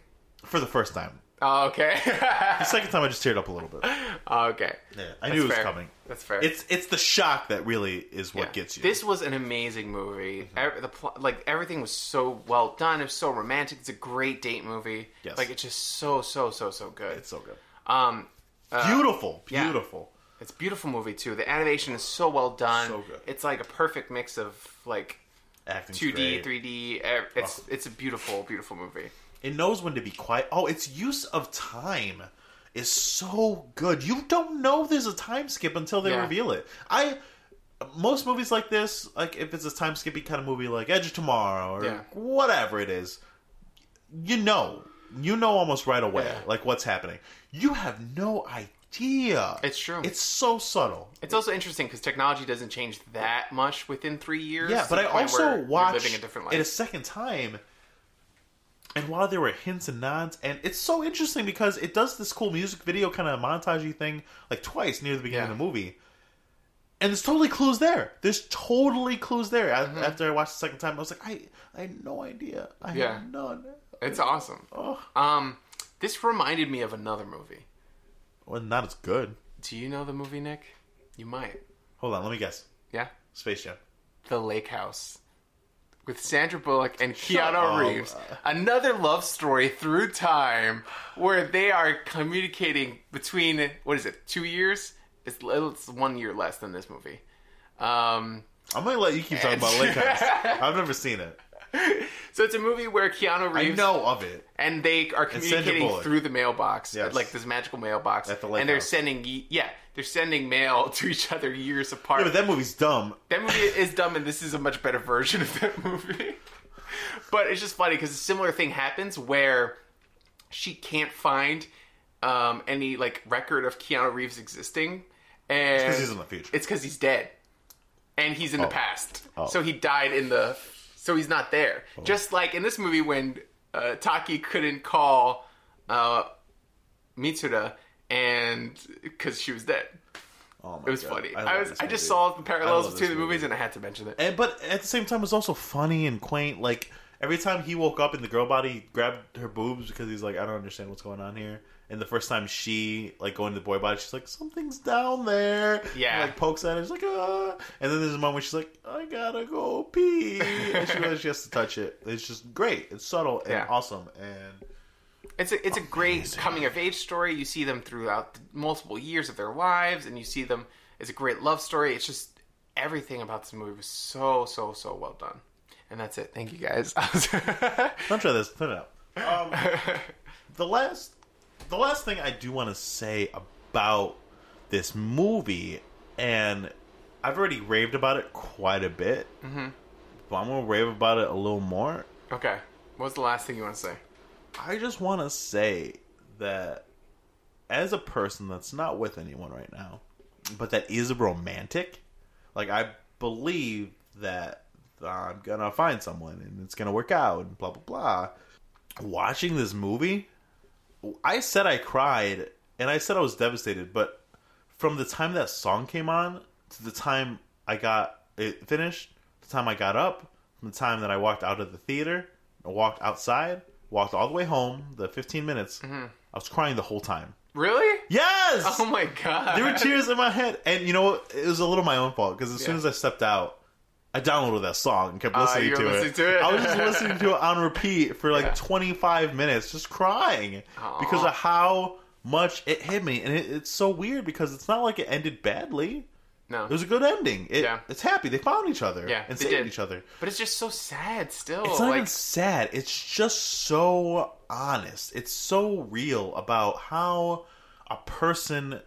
S1: for the first time.
S2: Oh, okay.
S1: The second time, I just teared up a little bit.
S2: Oh, okay.
S1: Yeah, I knew it was
S2: fair.
S1: coming.
S2: That's fair.
S1: It's it's the shock that really is what
S2: Yeah.
S1: gets you. Mm-hmm.
S2: This was an amazing movie. Ev- the pl- like everything was so well done. It was so romantic. It's a great date movie.
S1: Yes.
S2: Like it's just so so so so good.
S1: it's so good,
S2: um, uh,
S1: beautiful,
S2: yeah.
S1: beautiful.
S2: It's a beautiful movie too. The animation is so well done.
S1: So good.
S2: It's like a perfect mix of like
S1: Acting,
S2: two D,
S1: great.
S2: three D. It's it's a beautiful, beautiful movie.
S1: It knows when to be quiet. Oh, its use of time is so good. You don't know there's a time skip until they
S2: Yeah.
S1: reveal it. I most movies like this, like if it's a time skippy kind of movie like Edge of Tomorrow or
S2: Yeah.
S1: whatever it is, you know. You know almost right away
S2: Yeah.
S1: like what's happening. You have no idea.
S2: It's true.
S1: It's so subtle.
S2: It's also interesting because technology doesn't change that much within three years.
S1: Yeah,
S2: to
S1: but
S2: the
S1: I
S2: point where
S1: also
S2: you're
S1: watched
S2: living a different life.
S1: it a second time. And while there were hints and nods, and it's so interesting because it does this cool music video kind of montagey thing like twice near the beginning
S2: Yeah.
S1: of the movie, and there's totally clues there. There's totally clues there. A-
S2: Mm-hmm.
S1: After I watched the second time, I was like, I I had no idea. I
S2: Yeah.
S1: had none.
S2: It's awesome.
S1: Oh,
S2: Um, this reminded me of another movie.
S1: well, not as good.
S2: Do you know the movie, Nick? You might.
S1: Hold on, let me guess.
S2: Yeah?
S1: Space Jam.
S2: The Lake House. With Sandra Bullock and
S1: Shut
S2: Keanu
S1: up.
S2: Reeves. Another love story through time where they are communicating between, what is it, two years? It's, it's one year less than this movie. Um,
S1: I'm gonna let you keep talking about Lake House. I've never seen it.
S2: so it's a movie where Keanu
S1: I
S2: Reeves
S1: know of it.
S2: and they are
S1: Sandra
S2: communicating
S1: Bullock.
S2: through the mailbox,
S1: Yes.
S2: like this magical mailbox,
S1: At the lake
S2: and they're
S1: house.
S2: sending ye- yeah, they're sending mail to each other years apart.
S1: Yeah, but that movie's dumb.
S2: That movie is dumb, and this is a much better version of that movie. But it's just funny because a similar thing happens where she can't find um, any like record of Keanu Reeves existing, and
S1: Because he's in the future.
S2: it's because he's dead, and he's in the past.
S1: Oh.
S2: So he died in the. So he's not there. Just like in this movie when uh, Taki couldn't call uh, Mitsuda, and because she was dead.
S1: Oh my
S2: It was
S1: God.
S2: funny.
S1: love
S2: I, was
S1: this
S2: I just
S1: movie.
S2: saw the
S1: I
S2: parallels
S1: love
S2: between
S1: this
S2: the movies
S1: movie.
S2: and I had to mention it.
S1: And, but at the same time, it was also funny and quaint. Like every time he woke up and the girl body grabbed her boobs because he's like, I don't understand what's going on here. And the first time she like going to the boy body, she's like, something's down there.
S2: Yeah.
S1: And, like pokes at it. She's like, ah. And then there's a moment where she's like, I gotta go pee. And she realizes she has to touch it. It's just great. It's subtle and
S2: Yeah.
S1: awesome. And
S2: It's a it's a great coming of age story. You see them throughout the multiple years of their lives, and you see them. It's a great love story. It's just everything about this movie was so so so well done. And that's it. Thank you guys.
S1: don't try this. Turn it out. Um, the last the last thing I do want to say about this movie, and I've already raved about it quite a bit, mm-hmm. but I'm gonna rave about it a little more.
S2: okay. What's the last thing you want to say?
S1: I just want to say that as a person that's not with anyone right now, but that is romantic, like I believe that I'm gonna find someone and it's gonna work out and blah blah blah. Watching this movie, I said I cried and I said I was devastated, but from the time that song came on to the time I got it finished, the time I got up, from the time that I walked out of the theater, I walked outside, walked all the way home, the 15 minutes, I was crying the whole time.
S2: Really?
S1: Yes!
S2: Oh my god.
S1: there were tears in my head. And you know what? It was a little my own fault because as soon
S2: Yeah.
S1: as I stepped out, I downloaded that song and kept
S2: Ah,
S1: listening,
S2: you were
S1: to,
S2: listening
S1: it.
S2: to it.
S1: I was just listening to it on repeat for like
S2: Yeah.
S1: 25 minutes, just crying
S2: Aw.
S1: because of how much it hit me. And it, it's so weird because it's not like it ended badly.
S2: no.
S1: It was a good ending. It,
S2: Yeah.
S1: It's happy. They found each other
S2: Yeah,
S1: and
S2: they
S1: saved
S2: did.
S1: each other.
S2: but it's just so sad still.
S1: It's not
S2: Oh, like
S1: even sad. It's just so honest. It's so real about how a person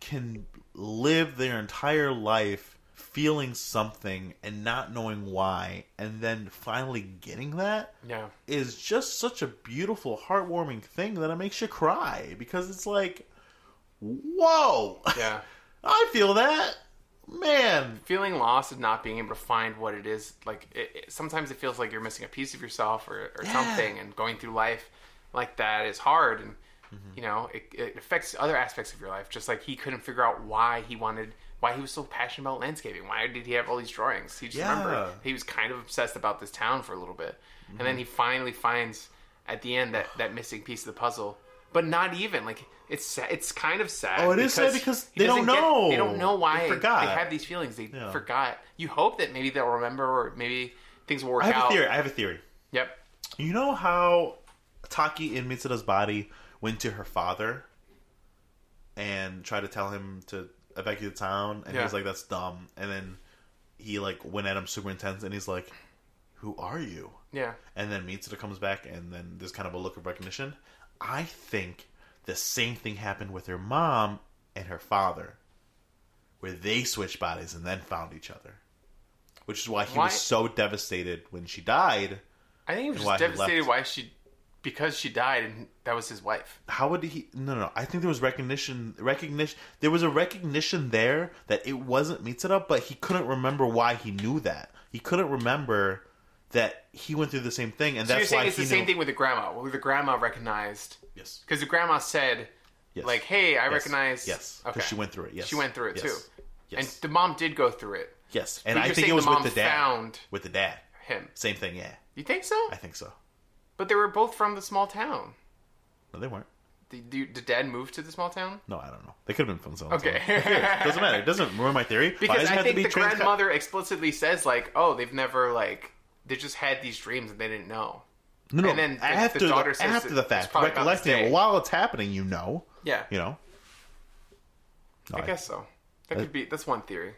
S1: can live their entire life feeling something and not knowing why, and then finally getting that
S2: yeah.
S1: is just such a beautiful, heartwarming thing that it makes you cry because it's like, whoa,
S2: Yeah.
S1: I feel that. Man,
S2: feeling lost and not being able to find what it is like it, it- sometimes it feels like you're missing a piece of yourself or, or
S1: Yeah.
S2: something and going through life like that is hard and
S1: Mm-hmm.
S2: you know it, it affects other aspects of your life just like he couldn't figure out why he wanted why he was so passionate about landscaping why did he have all these drawings he just remembered
S1: Yeah. Mm-hmm.
S2: he was kind of obsessed about this town for a little bit and then he finally finds at the end that that missing piece of the puzzle but not even like it's sa- it's kind of sad
S1: Oh, it is sad because
S2: he
S1: they don't
S2: doesn't get- they
S1: know.
S2: don't know why
S1: They
S2: they,
S1: forgot.
S2: have these feelings. They
S1: Yeah.
S2: forgot. You hope that maybe they'll remember, or maybe things will work
S1: I have
S2: out.
S1: a theory. I have a theory.
S2: Yep.
S1: You know how Taki in Mitsuda's body went to her father and tried to tell him to evacuate the town, and
S2: Yeah.
S1: he was like, "That's dumb." And then he like went at him super intense, and he's like, "Who are you?"
S2: Yeah.
S1: And then Mitsuda comes back, and then there's kind of a look of recognition. I think the same thing happened with her mom and her father, where they switched bodies and then found each other, which is why he
S2: Why-
S1: was so devastated when she died.
S2: I think he was
S1: And
S2: just
S1: why he
S2: devastated
S1: left.
S2: why she, because she died, and that was his wife.
S1: how would he no no i think there was recognition recognition there was a recognition there that it wasn't mitsuda but he couldn't remember why he knew that he couldn't remember that he went through the same thing and
S2: So you're
S1: that's
S2: saying
S1: why
S2: it's the
S1: he
S2: same
S1: knew-
S2: thing with the grandma, where the grandma recognized
S1: yes
S2: because the grandma said,
S1: yes
S2: like, "Hey, I
S1: Yes.
S2: recognize."
S1: yes
S2: Okay.
S1: because she went through it yes
S2: She went through it
S1: Yes.
S2: too,
S1: yes
S2: and the mom did go through it.
S1: yes and
S2: But
S1: i
S2: you're
S1: think
S2: saying
S1: it was
S2: the
S1: with
S2: mom
S1: the dad
S2: found
S1: with the dad
S2: him.
S1: same thing yeah
S2: You think so?
S1: i think so
S2: But they were both from the small town.
S1: no they weren't
S2: Did, did did dad move to the small town?
S1: no i don't know they could have been from someone
S2: Okay.
S1: doesn't matter it doesn't ruin my theory Why does
S2: Because
S1: it
S2: I
S1: have to
S2: think
S1: be
S2: the
S1: trans-
S2: grandmother explicitly says like, "Oh, they've never like they just had these dreams and they didn't know."
S1: No, no.
S2: And then the-
S1: after
S2: the
S1: the,
S2: daughter says
S1: after
S2: it-
S1: the
S2: it's
S1: fact,
S2: probably about
S1: recollecting
S2: mistake.
S1: it while it's happening, you know,
S2: Yeah,
S1: you know. No,
S2: I guess so. That
S1: uh,
S2: could be that's one theory.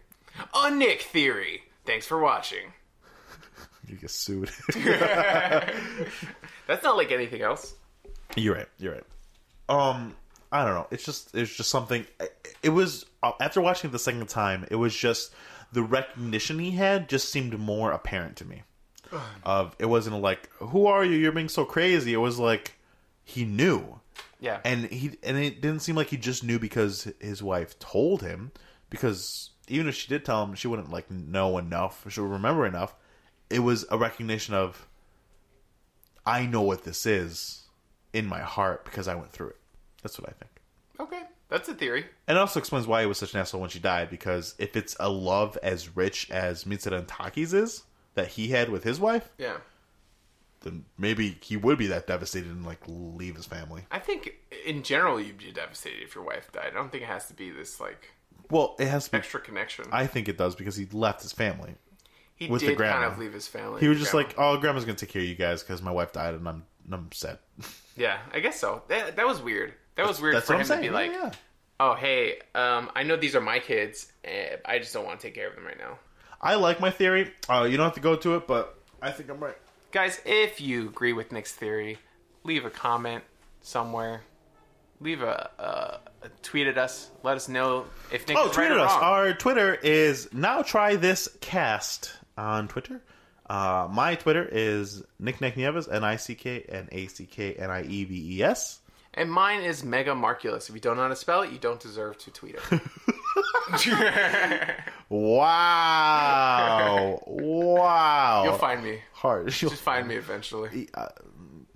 S2: A Nick theory. Thanks for watching.
S1: you get sued.
S2: That's not like anything else.
S1: you're right. You're right. Um, I don't know. It's just it's just something. It was uh, after watching it the second time. It was just the recognition he had just seemed more apparent to me. Of it wasn't like who are you? You're being so crazy. It was like he knew.
S2: Yeah.
S1: and he and it didn't seem like he just knew because his wife told him because even if she did tell him she wouldn't like know enough she'll remember enough it was a recognition of i know what this is in my heart because i went through it that's what i think
S2: Okay, that's a theory.
S1: And it also explains why he was such an asshole when she died, because if it's a love as rich as Mitsuda and Taki's is, that he had with his wife,
S2: Yeah.
S1: then maybe he would be that devastated and, like, leave his family.
S2: I think in general you'd be devastated if your wife died. I don't think it has to be this like
S1: Well, it has to be.
S2: extra connection.
S1: I think it does because he left his family.
S2: he
S1: with the
S2: did kind
S1: grandma.
S2: of leave his family.
S1: He was just
S2: Grandma.
S1: like, "Oh, grandma's gonna take care of you guys because my wife died and I'm and I'm sad."
S2: yeah, I guess so. That, that was weird. That was weird
S1: That's
S2: for
S1: what
S2: him
S1: I'm saying.
S2: to be
S1: Yeah,
S2: like,
S1: yeah.
S2: "Oh, hey, um, I know these are my kids. eh, I just don't want to take care of them right now."
S1: I like my theory. Uh, you don't have to go to it, but I think I'm right.
S2: Guys, if you agree with Nick's theory, leave a comment somewhere. Leave a, a, a tweet at us. Let us know if Nick
S1: Oh,
S2: is right
S1: tweet at
S2: or
S1: us.
S2: wrong.
S1: Our Twitter is now try this cast on Twitter. Uh, my Twitter is Nick Nick Nieves, N I C K N A C K N I E V E S.
S2: And mine is Mega Marculus. If you don't know how to spell it, you don't deserve to tweet it.
S1: Wow. wow.
S2: You'll find me.
S1: Hard. You'll-
S2: Just find me eventually.
S1: uh,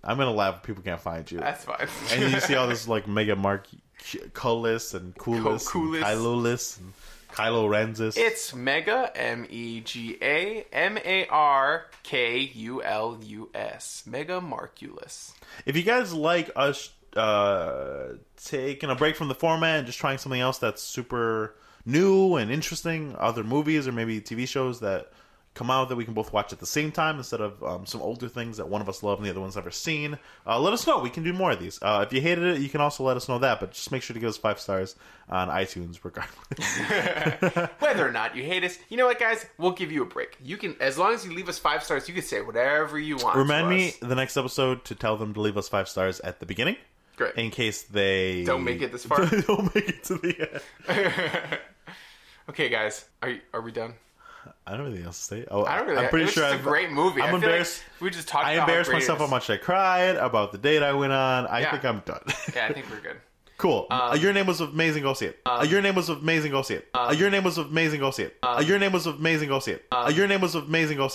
S1: I'm going to laugh if people can't find you.
S2: That's fine.
S1: and you see all this like mega mark coolest and coolest
S2: Co- coolest.
S1: and Kylo-less and Kylo Rensis.
S2: it's Mega M E G A M A R K U L U S. Mega Marculus.
S1: if you guys like us uh taking a break from the format and just trying something else that's super new and interesting other movies or maybe tv shows that come out that we can both watch at the same time instead of um, some older things that one of us love and the other one's never seen uh, let us know we can do more of these uh, if you hated it you can also let us know that but just make sure to give us five stars on itunes regardless
S2: Whether or not you hate us, you know what, guys? We'll give you a break. You can, as long as you leave us five stars, you can say whatever you want. to
S1: Remind me
S2: us.
S1: the next episode to tell them to leave us five stars at the beginning
S2: Great.
S1: in case they
S2: Don't make it this far.
S1: don't make it to the end.
S2: okay, guys. Are you, are we done?
S1: I don't have anything else to say. Oh,
S2: I don't really.
S1: I'm pretty
S2: it was
S1: sure
S2: just
S1: I've-
S2: a great movie. I
S1: I'm
S2: feel like
S1: embarrassed.
S2: we just talked.
S1: I
S2: about
S1: embarrassed
S2: great it
S1: myself
S2: is.
S1: how much I cried about the date I went on. I
S2: Yeah.
S1: think I'm done.
S2: Yeah, Um, I think we're good.
S1: cool. Uh, your name was amazing. Go see it. Uh,
S2: um,
S1: your name was
S2: um,
S1: amazing. Go see it. Uh, your name was amazing. Go see it. Uh, your name was amazing. Go see it. Uh, your name was amazing. Go see it.